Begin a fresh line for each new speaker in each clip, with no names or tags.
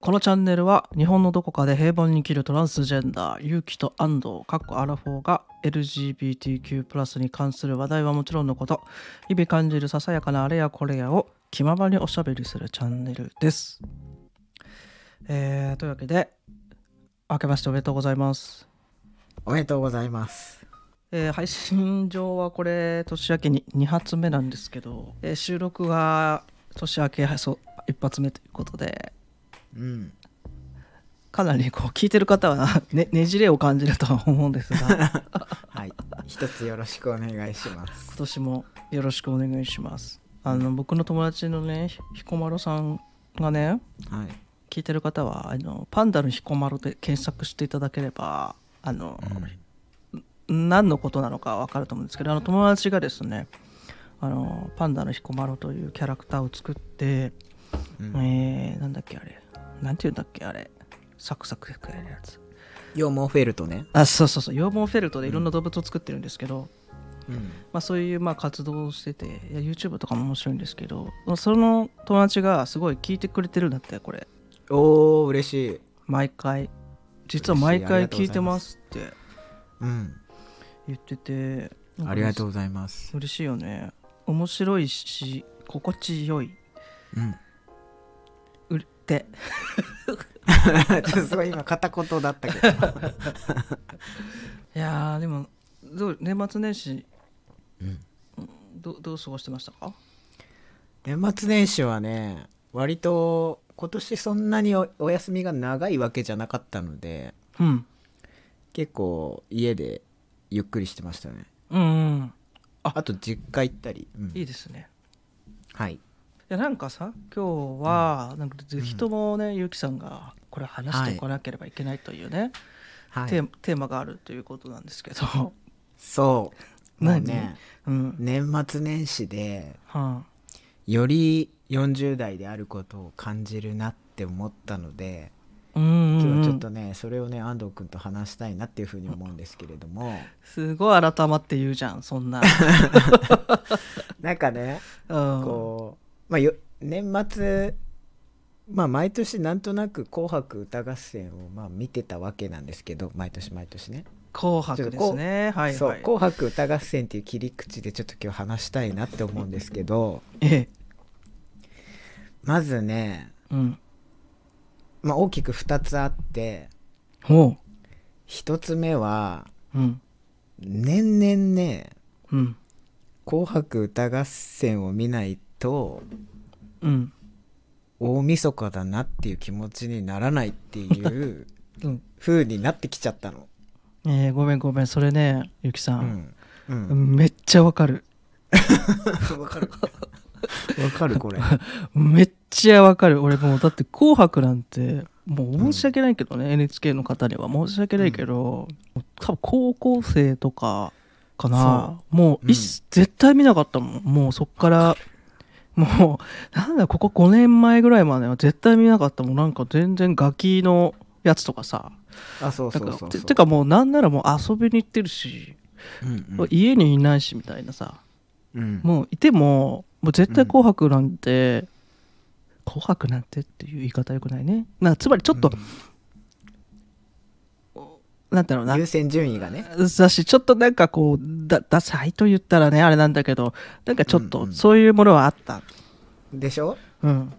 このチャンネルは日本のどこかで平凡に生きるトランスジェンダー勇気と安藤かっこアラフォーが LGBTQ+ に関する話題はもちろんのこと日々感じるささやかなあれやこれやを気ままにおしゃべりするチャンネルです。えーというわけで明けましておめでとうございます。
おめでとうございます。
えー配信上はこれ年明けに2発目なんですけど、えー収録が年明けはそう1発目ということで
うん。
かなりこう聞いてる方は ねねじれを感じるとは思うんですが今
はい。一つよろしくお願いします。
年もよろしくお願いしますあの僕の友達のねひ彦摩呂さんがね
はい。
聞いてる方はあのパンダの彦摩呂で検索していただければあの、何のことなのか分かると思うんですけどあの友達がですねあのパンダの彦摩呂というキャラクターを作って、
うん
えーなんだっけあれなんて言うんだっけあれサクサク食えるやつ
羊毛フェルトね。
あそうそうそう羊毛フェルトでいろんな動物を作ってるんですけど、
うん。
まあ、そういうまあ活動をしてていや YouTube とかも面白いんですけどその友達がすごい聞いてくれてるんだってこれ
おー、嬉しい。
毎回実は毎回聞いてますって
うん。
言ってて
ありがと
う
うございます。
嬉しいよね面白いし心地よい
うん。
うって
ちょっとすごい今、片言だったけど。
いやーでもどう年末年始
うん
どうどう過ごしてましたか
年末年始はね、割と今年そんなにおお休みが長いわけじゃなかったので、
うん
結構家でゆっくりしてましたね。
うんうん
あと、実家行ったり。うん
いいですね
はい。
いやなんかさ今日はなんかぜひともね、ゆうきさんがこれ話しておかなければいけないというね、
は
テー
い。
マテーマがあるということなんですけど、
そう。もう
何
ね、
うん
年末年始で、
は
より40代であることを感じるなって思ったので
あ、うんうん
今
うん
日ちょっとね、それをね安藤君と話したいなっていうふうに思うんですけれども
すごい改まって言うじゃんそん な、
なんかね
うん、
こう、まあ、よ年末、まあ、毎年なんとなく「紅白歌合戦」をまあ見てたわけなんですけど毎年毎年ね、
紅白ですねはい
そう
は
「
い
紅白歌合戦」っていう切り口でちょっと今日話したいなって思うんですけど
ええ
まずね、
うん
まあ、大きく2つあって
ほ
1つ目は
ううん
年々ね
うん
「紅白歌合戦」を見ないと
うん
大晦日だなっていう気持ちにならないっていう
うん
風になってきちゃったの。
ええごめんごめんそれねゆうきさ、
うんんうん、
めっちゃわかる
わかるわかるこれ
めっちゃわかる俺もうだって「紅白」なんてもう申し訳ないけどね、NHK の方には申し訳ないけど、多分高校生とかかなもう、いっ絶対見なかったもんもうそっからもうなんだここ5年前ぐらいまでは絶対見なかったもんなんか全然ガキのやつとかさ
あそう
な
そ
ん
う
か
そう
ててかもうなんならもう遊びに行ってるし、
うんうん
家にいないしみたいなさ
うん
もういてももう絶対「紅白」なんて「紅白」なんてっていう言い方よくないねなんかつまりちょっと、なんだろうな
優先順位がね
だしちょっとなんかこうだダサいと言ったらねあれなんだけどなんかちょっ
うんう
と
ん
そういうものはあった
でしょ
うん、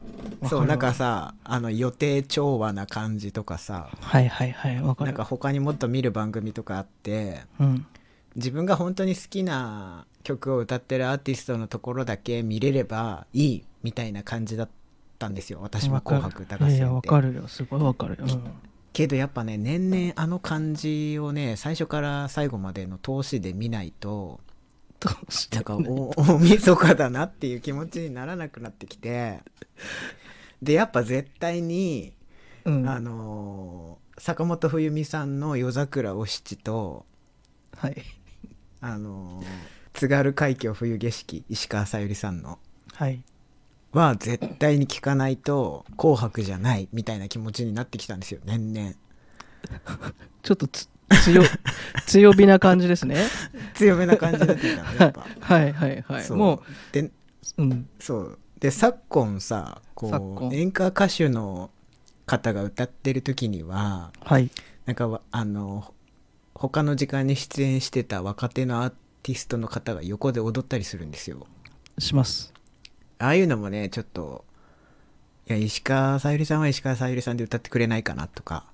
わ
そ
る
うなんかさあの予定調和な感じとかさ
はいはいはいわか
なん
る
か他にもっと見る番組とかあって
うん
自分が本当に好きな曲を歌ってるアーティストのところだけ見れればいいみたいな感じだったんですよ私も「
わかる
紅白歌合
いやいや
戦」っ
わ
て
かるよすごいわかるよ、
けどやっぱね年々あの感じをね最初から最後までの通しで見ない と
どうして
なんかお大晦日だなっていう気持ちにならなくなってきてでやっぱ絶対に、
うん
あ
は
のー坂本冬美さんの「夜桜お七」と
い
あのー津軽海峡冬景色石川さゆりさんの
はい
は絶対に聞かないと「紅白」じゃないみたいな気持ちになってきたんですよ年々
ちょっとつ 強強火な感じですね
強めな感じになってきたのやっぱ
はいはいはい
そう
も
で
う、うん、
そうで昨今さ
昨
こ
今
う演歌歌手の方が歌ってる時には
はい
なんかわあの他の時間に出演してた若手のアーティストの方が横で踊ったりするんですよ。
します
ああいうのもねちょっといや石川さゆりさんは石川さゆりさんで歌ってくれないかなとか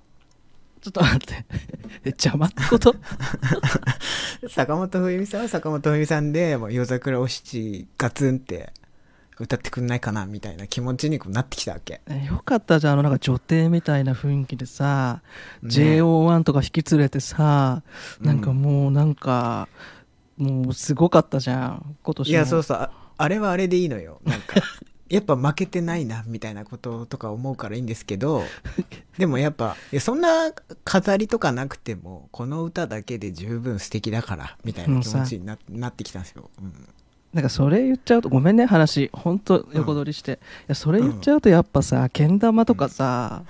ちょっと待って え邪魔ってこと
坂本冬美さんは坂本冬美さんでもう夜桜お七ガツンって歌ってくんないかなみたいな気持ちにこうなってきたわけ。
えよかったじゃんあのなんか女帝みたいな雰囲気でさ、
ね
JO1 とか引き連れてさ
うん
なんかもうなんか、もうすごかったじゃん今年
い
も
やそうそうああれはあれでいいのよなん かやっぱ負けてないなみたいなこととか思うからいいんですけ どでもやっぱいやそんな飾りとかなくてもこの歌だけで十分素敵だからみたいな気持ちにななってきたんですよ。うん
なんかそれ言っちゃうとごめんね話ほんと横取りして、いやそれ言っちゃうとやっぱさけん玉とかさ、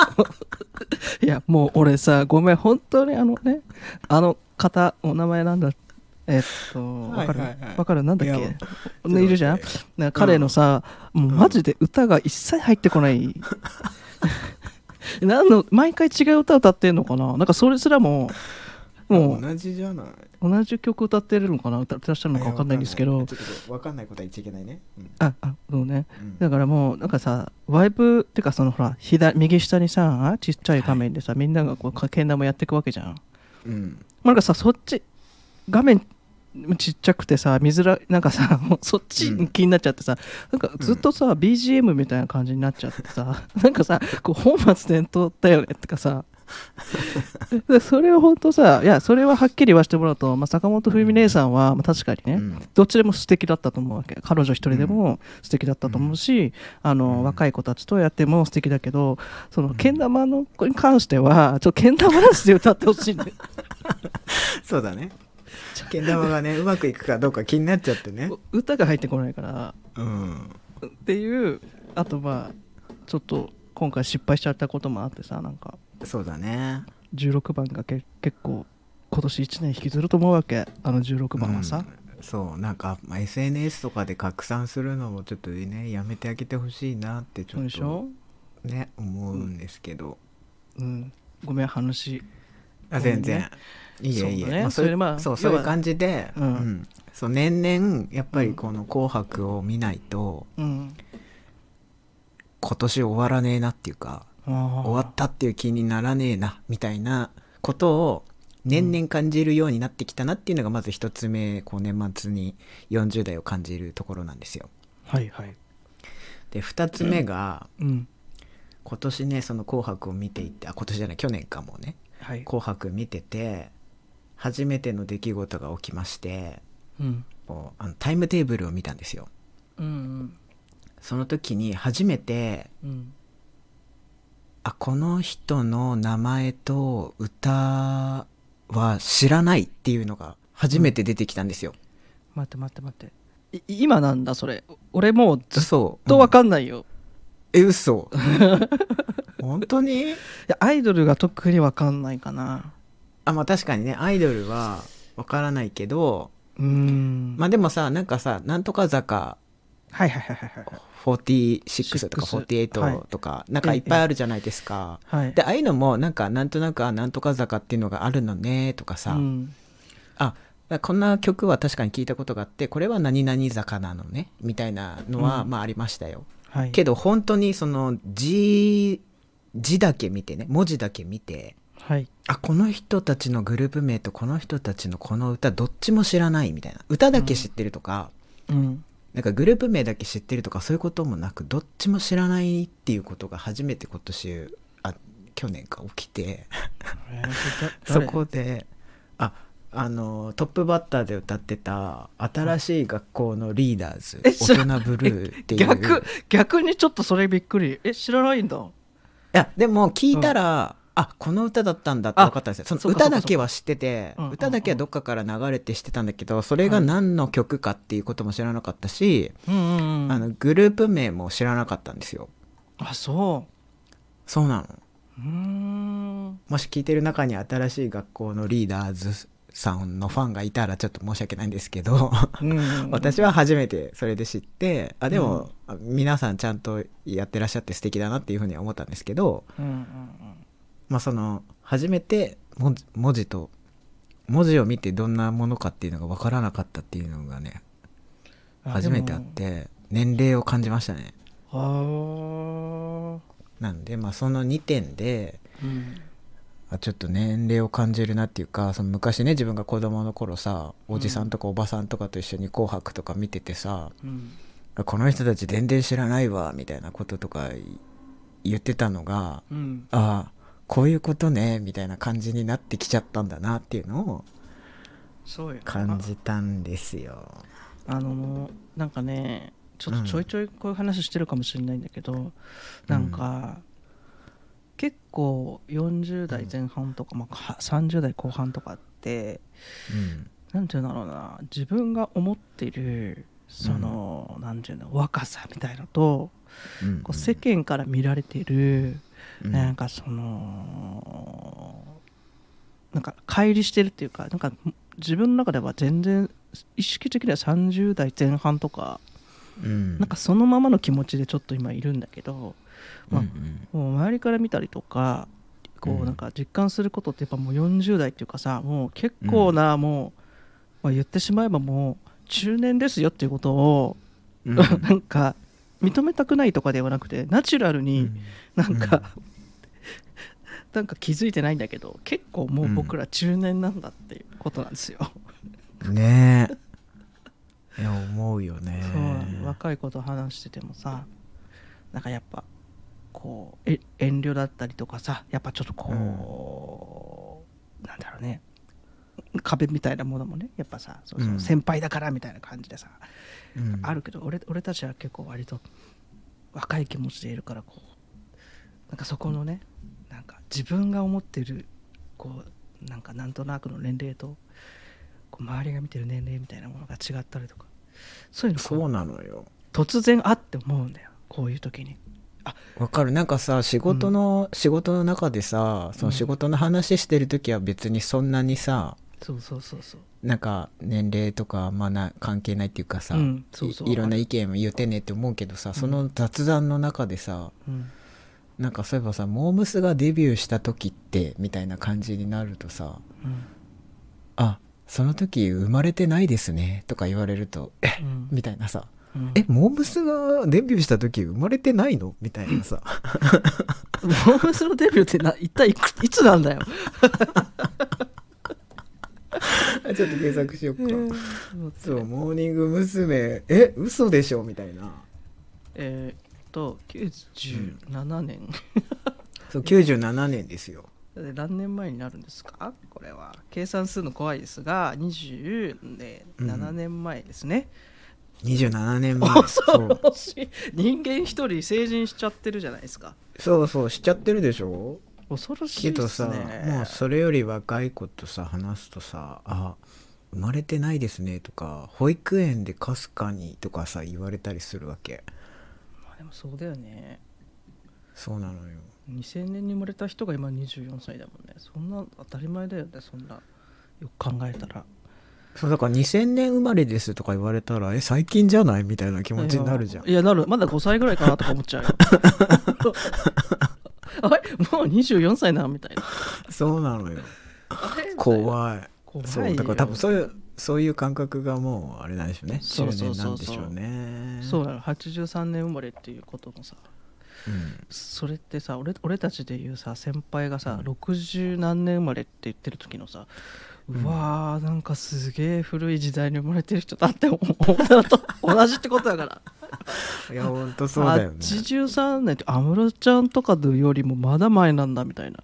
いやもう俺さごめん本当にあのねあの方お名前なんだえっとわかるわ、
はいはいはい
かるなんだっ
いや
けねいるじゃん
ちょ
なんか彼のさ、もうマジで歌が一切入ってこない、 なんの毎回違う歌歌ってんのかななんかそれすらももう
同じじゃない
同じ曲歌ってるのかな歌ってらっしゃるのか分かんないんですけ
いや
ど
わかんないちょっとわかんないことは言っちゃいけないね。うん
ああそうね
うん
だからもうなんかさワイプってかそのほら左右下にさちっちゃい画面でさ、みんながこうかけん玉やっていくわけじゃん、ま
うん
あ、なんかさそっち画面ちっちゃくてさ見づらいなんかさもうそっちに気になっちゃってさ、なんかずっとさ、BGM みたいな感じになっちゃってさ なんかさこう本末転倒だよねってかさでそれを本当さいやそれははっきり言わせてもらうと、まあ、坂本冬美姉さんは、まあ、確かにね、
うん
どっちでも素敵だったと思うわけ彼女一人でも素敵だったと思うし、あの
うん
若い子たちとやっても素敵だけどそのけん玉の子に関してはちょっとけん玉なしで歌ってほしいんだよ
そうだね。けん玉がねうまくいくかどうか気になっちゃってね。
歌が入ってこないから
うん
っていうあとまあちょっと今回失敗しちゃったこともあってさなんか
そうだね。
16番がけ結構今年1年引きずると思うわけあの16番はさ、
うんそうなんか、まあ、SNS とかで拡散するのもちょっとねやめてあげてほしいなってち
そう
ょっ
でし
と
ょ、
ね思うんですけど、
うん、ごめん話
あ全然、いい
そう
え
だね
いいえ、まあ、そうい
それ
う
まあ
そう
要
そ
は
ういう感じで、
うん
そう年々やっぱりこの「紅白」を見ないと
うん
今年終わらねえなっていうか終わ
終
ったっていう気にならねえなみたいなことを年々感じるようになってきたなっていうのがまず一つ目こう年末に40代を感じるところなんですよ。
はいはい
で二つ目が、
うん
今年ねその「紅白」を見ていてあ今年じゃない去年かもね
はい
「紅白」見てて初めての出来事が起きまして
うん
こうあのタイムテーブルを見たんですよ
うん
その時に初めて
うんうん
あこの人の名前と歌は知らないっていうのが初めて出てきたんですよ、
待って待って待ってい今なんだそれお俺もうずっ
そう
とわ
うん
かんないよ、
え嘘 本当に
いやアイドルが特にわかんないかな
あまあ確かにねアイドルはわからないけど
うーん、
まあでもさなんかさなんとか坂
はいはいはいはいはい
46とか
はい
48とか、なんかいっぱいあるじゃないですか。
はい
でああいうのもなんかなんとなくあなんとか坂っていうのがあるのねとかさ、
うん
あこんな曲は確かに聞いたことがあってこれは何々坂なのねみたいなのは、
うん
まあありましたよ。
はい、
けど本当にその字字だけ見てね文字だけ見て
はい
あこの人たちのグループ名とこの人たちのこの歌どっちも知らないみたいな歌だけ知ってるとか。
うん
なんかグループ名だけ知ってるとかそういうこともなくどっちも知らないっていうことが初めて今年あ去年か起きて
えー
そこでああのトップバッターで歌ってた新しい学校のリーダーズ
え
大人ブルーって
誰
いう
逆
い
逆にちょっとそれびっくりえ知らないんだ
やでも聞いたら、あこの歌だったんだって分かったんですよその
そうか
歌だけは知って
そう
て
かそうか
歌だけはどっかから流れてしてたんだけどそれが何の曲かっていうことも知らなかったし、
うんうん、うん、
あのグループ名も知らなかったんですよ
あそ
そうなの
ううーん
もし聞いてる中に新しい学校のリーダーズさんのファンがいたらちょっと申し訳ないんですけど
うん
私は初めてそれで知ってあで
うん
も、あ皆さんちゃんとやってらっしゃって素敵だなっていうふうには思ったんですけど、
うんうんうん
まあ、その初めて文字文字と文字を見てどんなものかっていうのが分からなかったっていうのがね
あ
初めてあって年齢を感じましたね
でもあ
なんでまあその2点で
ーうん
あちょっと年齢を感じるなっていうかその昔ね自分が子供の頃さおじさんとかおばさんとかと一緒に「紅白」とか見ててさ、
うん
あこの人たち全然知らないわみたいなこととかい言ってたのが
うん
ああこういうことねみたいな感じになってきちゃったんだなっていうのを
そうや
感じたんですよ。
あのなんかねちょっとちょいちょいこういう話してるかもしれないんだけど、なんか結構40代前半とか、まあ、か30代後半とかって
うん
なんていうんだろうな自分が思ってるその、なんていうの若さみたいのと
うん
こう世間から見られてる、
うん
なんかそのなんか乖離してるっていうかなんか自分の中では全然意識的には30代前半とか
うん
なんかそのままの気持ちでちょっと今いるんだけど、まあ
うんうん
もう周りから見たりとかこ
う
うんなんか実感することってやっぱもう40代っていうかさもう結構なもう、まあ、言ってしまえばもう中年ですよっていうことを、
う ん
なんか認めたくないとかではなくてナチュラルになんか、 なんか気づいてないんだけど結構もう僕ら中年なんだっていうことなんですよ。
うんねえいや思うよね
そう若い子と話しててもさなんかやっぱこうえ遠慮だったりとかさやっぱちょっとこう、なんだろうね壁みたいなものもねやっぱさそうそう
うん
先輩だからみたいな感じでさ、
うん
あるけど俺俺たちは結構割と若い気持ちでいるからこうなんかそこのねなんか自分が思ってるこうなんかなんとなくの年齢とこう周りが見てる年齢みたいなものが違ったりとかそういうのこう
そうなのよ
突然あって思うんだよこういう時に
わかるなんかさ仕事の、仕事の中でさその仕事の話してる時は別にそんなにさ
そうそうそうそう
なんか年齢とかまあな関係ないっていうかさ、
うんそうそう
いいろんな意見を言ってねって思うけどさその雑談の中でさ、
うん
なんかそういえばさモームスがデビューした時ってみたいな感じになるとさ
うん
あその時生まれてないですねとか言われるとえ
うん
みたいなさ
うん
えモームスがデビューした時生まれてないのみたい なさ
モームスのデビューってな一体いくいつなんだよ
ちょっと検索しよっか。そう、
う
モーニング娘。え、嘘でしょみたいな。
えーっと97年、
そう、97年ですよ。
で何年前になるんですかこれは計算するの怖いですが27年前ですね、
27年前。そ
恐
う
ろしい人間一人成人しちゃってるじゃないですか
そうそう、しちゃってるでしょ
恐ろし
け
いで
ど
す
さ、
ね
もうそれより若い子とさ、話すとさ、あ、生まれてないですねとか、保育園でかすかにとかさ、言われたりするわけ。
まあでもそうだよね
そうなのよ。
2000年に生まれた人が今24歳だもんねそんな当たり前だよねそんなよく考えたら
そう、だから2000年生まれですとか言われたら、え、最近じゃないみたいな気持ちになるじゃん
い。やいやなるまだ5歳ぐらいかなとか思っちゃうよあれもう24歳なみたいな
そうなのよ。
あれ
怖い。
怖いよ
そうだから多分そういうそういう感覚がもうあれなんでしょうね中年なんでしょうね
そうなの83年生まれっていうこともさ
うん
それってさ俺俺たちでいうさ先輩がさ、
うん
60何年生まれって言ってる時のさ
う
うんわーなんかすげえ古い時代に生まれてる人だって思ったのと 同じってことだから
いや本当そうだよね
83年って安室ちゃんとかよりもまだ前なんだみたいな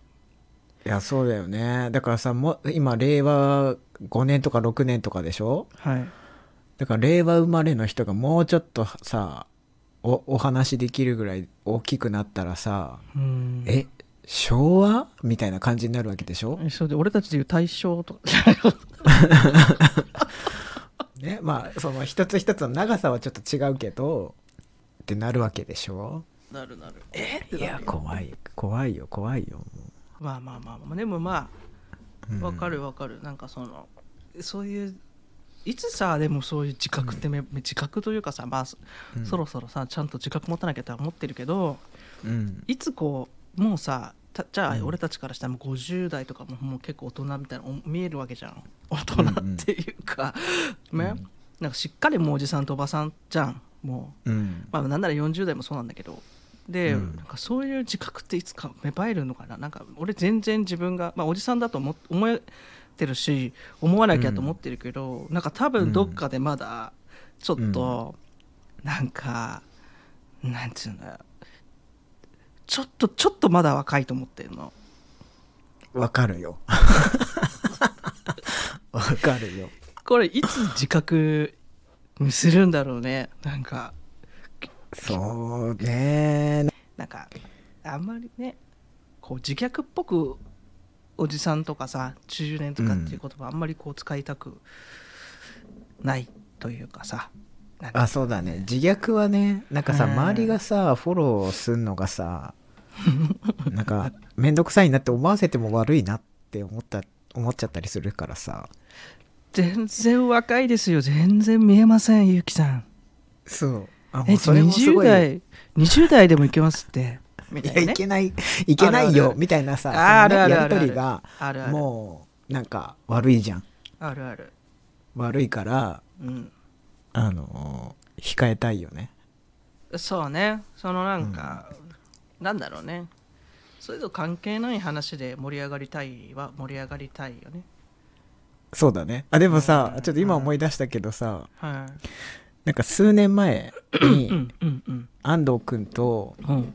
い
やそうだよねだからさもう今令和5年とか6年とかでしょ
はい
だから令和生まれの人がもうちょっとさおお話できるぐらい大きくなったらさ、
うん
え昭和みたいな感じになるわけでしょ、
そうで俺たちでいう大正とか
ねまあその一つ一つの長さはちょっと違うけどってなるわけでしょ
なるなる え
いや怖い怖いよ怖いよもう
まあまあまあまあでもまあ
うん
わかるわかるなんかそのそういういつさでもそういう自覚ってめ、自覚というかさ、まあそ
うん
そろそろさちゃんと自覚持たなきゃとは思ってるけど
うん
いつこうもうさたじゃあ
うん
俺たちからしたらもう50代とかももう結構大人みたいなお見えるわけじゃん大人っていうか、
うんうん
ね
うん
なんかしっかりもうおじさんとおばさんじゃんもう
うん
まあなんなら40代もそうなんだけどで、
うん
なんかそういう自覚っていつか芽生えるのかななんか俺全然自分が、まあ、おじさんだと思思ってるし思わなきゃと思ってるけど、なんか多分どっかでまだちょっと、なんかなんていうのちょっとちょっとまだ若いと思ってるの
わかる よわかるよ
これいつ自覚にするんだろうねなんか
そうね
なんかあんまりねこう自虐っぽくおじさんとかさ中年とかっていう言葉あんまりこう使いたくないというかさなんか
あそうだね自虐はねなんかさ
うん
周りがさフォローすんのが さなんか面倒くさいなって思わせても悪いなって思った思っちゃったりするからさ
全然若いですよ全然見えませんゆうきさん
そうあ
え
もうそれもす
20
ごい
代20代でもいけますってみ
い
た
や
い
い
なね
けないいけない
あるあ
よ
る
みたいなさ
あ
そのね
あるある
やりとりが
あるある
もうなんか悪いじゃん
あるある
悪いから
うん
あのー控えたいよね
そうねそのなんか、なんだろうねそれと関係ない話で盛り上がりたいは盛り上がりたいよね
そうだねあでもさ
うん
ちょっと今思い出したけどさ
はい
なんか数年前 に、
うんうんうん
安藤君と
うん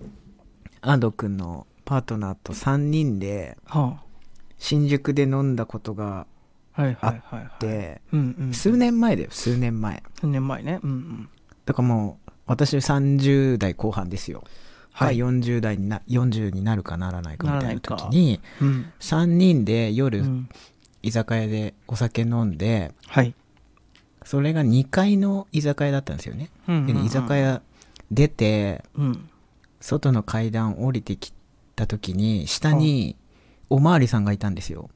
安藤君のパートナーと3人で
は
新宿で飲んだことが
あはい
あ
はいはいはい
って、
うんうん
数年前だよ数年前
数年前ねうんうん
だからもう私30代後半ですよ、
は
はいい、40代にな40になるかならないかみたいな時
なら
に
うん
3人で
う
夜
ん
居酒屋でお酒飲んで
はい
それが2階の居酒屋だったんですよね、
うんうんう
で
ん
居酒屋出て
うん
外の階段降りてきた時に下におまわりさんがいたんですよ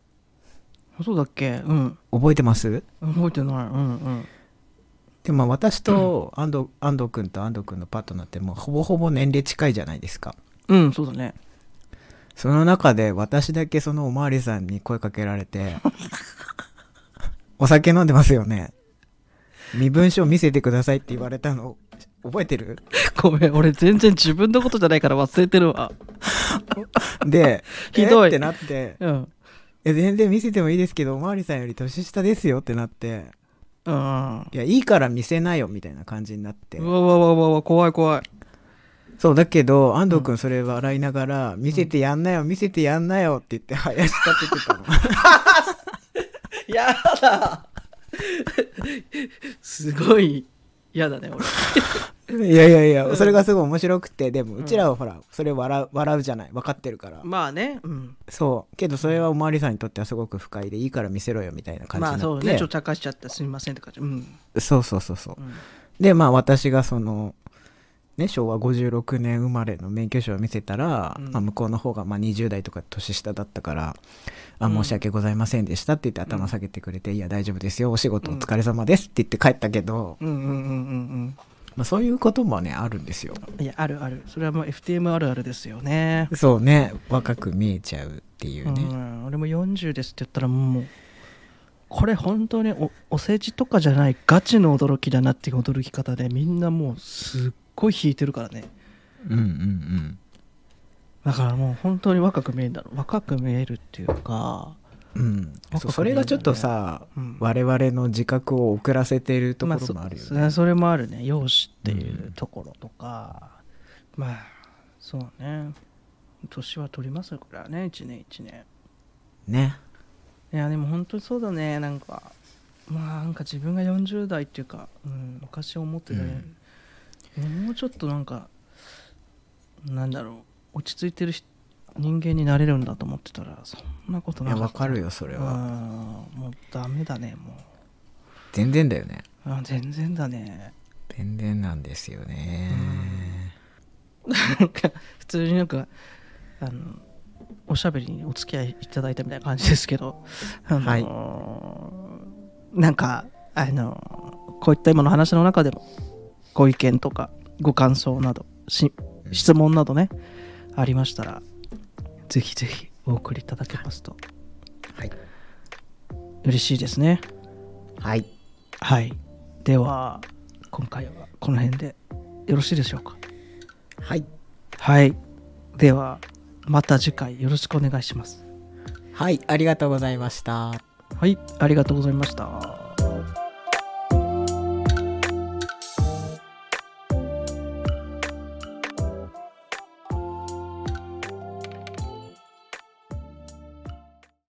そうだっけうん
覚えてます
覚えてないうんうん
でもまあ私と安藤,、安藤君と安藤君のパートナーってもうほぼほぼ年齢近いじゃないですか
うんそうだね
その中で私だけそのおまわりさんに声かけられて「お酒飲んでますよね身分証見せてください」って言われたの覚えてる
ごめん俺全然自分のことじゃないから忘れてるわ
で
ひどい
えってなって
うん
「え全然見せてもいいですけどおまわりさんより年下ですよ」ってなって
うんうわ
「いやいいから見せなよ」みたいな感じになって
わわわわ怖い怖い
そうだけど安藤君それ笑いながら「見せてやんなよ見せてやんなよ」って言って林立ててたの。
やだすごい嫌だね俺
いやいやいや、
うん
それがすごい面白くてでも
ん
うちらはほらそれ笑う笑うじゃない分かってるから、
まあねうん
そうけどそれはおまわりさんにとってはすごく不快でいいから見せろよみたいな感じ
ま
にな
あ
って、
そうねちょっと茶化しちゃったすみませんって感じうん
そうそうそうそう
うん
でまあ私がそのね昭和56年生まれの免許証を見せたら、
うん
まあ、向こうの方がまあ20代とか年下だったから「
う
あ
ん
申し訳ございませんでした」って言って頭下げてくれて「いや大丈夫ですよお仕事お疲れ様です」って言って帰ったけど、
うんうんうんうん
まあ、そういうこともねあるんですよ
うんいやあるあるそれはもう FTM あるあるですよね
そうね若く見えちゃうっていううね、
ん俺も40ですって言ったらもうこれ本当におお世辞とかじゃないガチの驚きだなっていう驚き方でみんなもうすっごい引いてるからね
うんうんうん
だからもう本当に若く見えるんだろう若く見えるっていうか
う
若く
ん
見えるよ、
そ
ね
うそれがちょっとさ、
うん
我々の自覚を遅らせてるとこ
まあ
ろもあるよね。
そそれもあるね容姿っていうんうところとか、まあそうね年は取りますからね一年一年
ね。
いやでも本当にそうだねなんかまあなんか自分が40代っていうか、うん、昔思ってたね、もうちょっとなんかなんだろう落ち着いてる人人間になれるんだと思ってたらそんなこと
い
な
や
か
わ
った
かるよそれは、
うんもうダメだねも
全然だよね。
うあ全然だね
全然なんですよね。
なんか普通になんかあのおしゃべりにお付き合いいただいたみたいな感じですけど、あのーなんか、あのーこういった今の話の中でもご意見とかご感想などし質問などねありましたらぜひぜひお送りいただけますと
はい
嬉しいですね。
はい
はい。では、今回はこの辺でよろしいでしょうか。
はい
はい。では、また次回よろしくお願いします。
はいありがとうございました
はい、ありがとうございました。